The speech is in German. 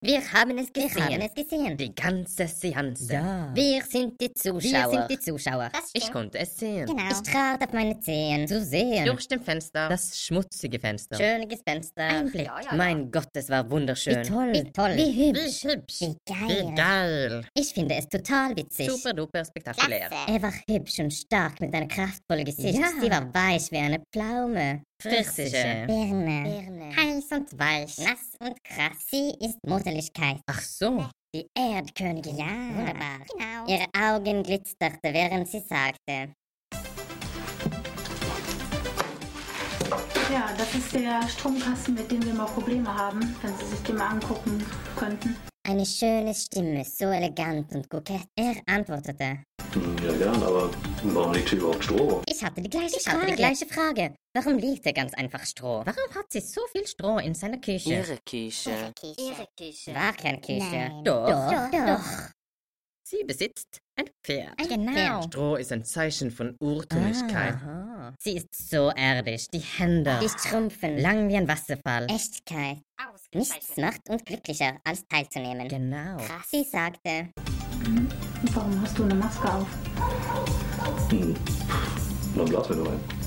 Wir haben es gesehen. Wir haben es gesehen. Die ganze Seanze. Ja. Wir sind die Zuschauer. Wir sind die Zuschauer. Das ich stimmt. konnte es sehen. Genau. Ich trat auf meine Zehen. Zu sehen. Durch dem Fenster. Das schmutzige Fenster. Schönes Fenster. Ein Blick. Mein Gott, es war wunderschön. Wie toll. Wie toll. Wie hübsch. Wie hübsch. Wie geil. Wie geil. Ich finde es total witzig. Super duper spektakulär. Er war hübsch und stark mit einem kraftvollen Gesicht. Ja. Sie war weich wie eine Pflaume. Pfirsiche. Birne. Heiß und weich. Nass und krass. Sie ist Mutterlichkeit. Ach so. Die Erdkönigin. Ja. Wunderbar. Genau. Ihre Augen glitzerte, während sie sagte. Ja, das ist der Stromkasten, mit dem wir mal Probleme haben, wenn Sie sich den mal angucken könnten. Eine schöne Stimme, so elegant und kokett. Er antwortete. Hm, Ja, gern, aber warum liegt hier überhaupt Stroh? Ich hatte die gleiche Ich Frage. hatte die gleiche Frage. Warum liegt er ganz einfach Stroh? Warum hat sie so viel Stroh in seiner Küche? Ihre Küche. Ihre War keine Küche. Nein. Doch. Doch, doch. Sie besitzt ein Pferd. Ein Genau. Pferd. Stroh ist ein Zeichen von Urtümlichkeit. Aha. Sie ist so erdisch. Die Hände. Die schrumpfen. Lang wie ein Wasserfall. Echtkeit. Nichts macht uns glücklicher, als teilzunehmen. Genau. Krass. Sie sagte. Warum hast du eine Maske auf? Hm. Dann blasen wir nur ein.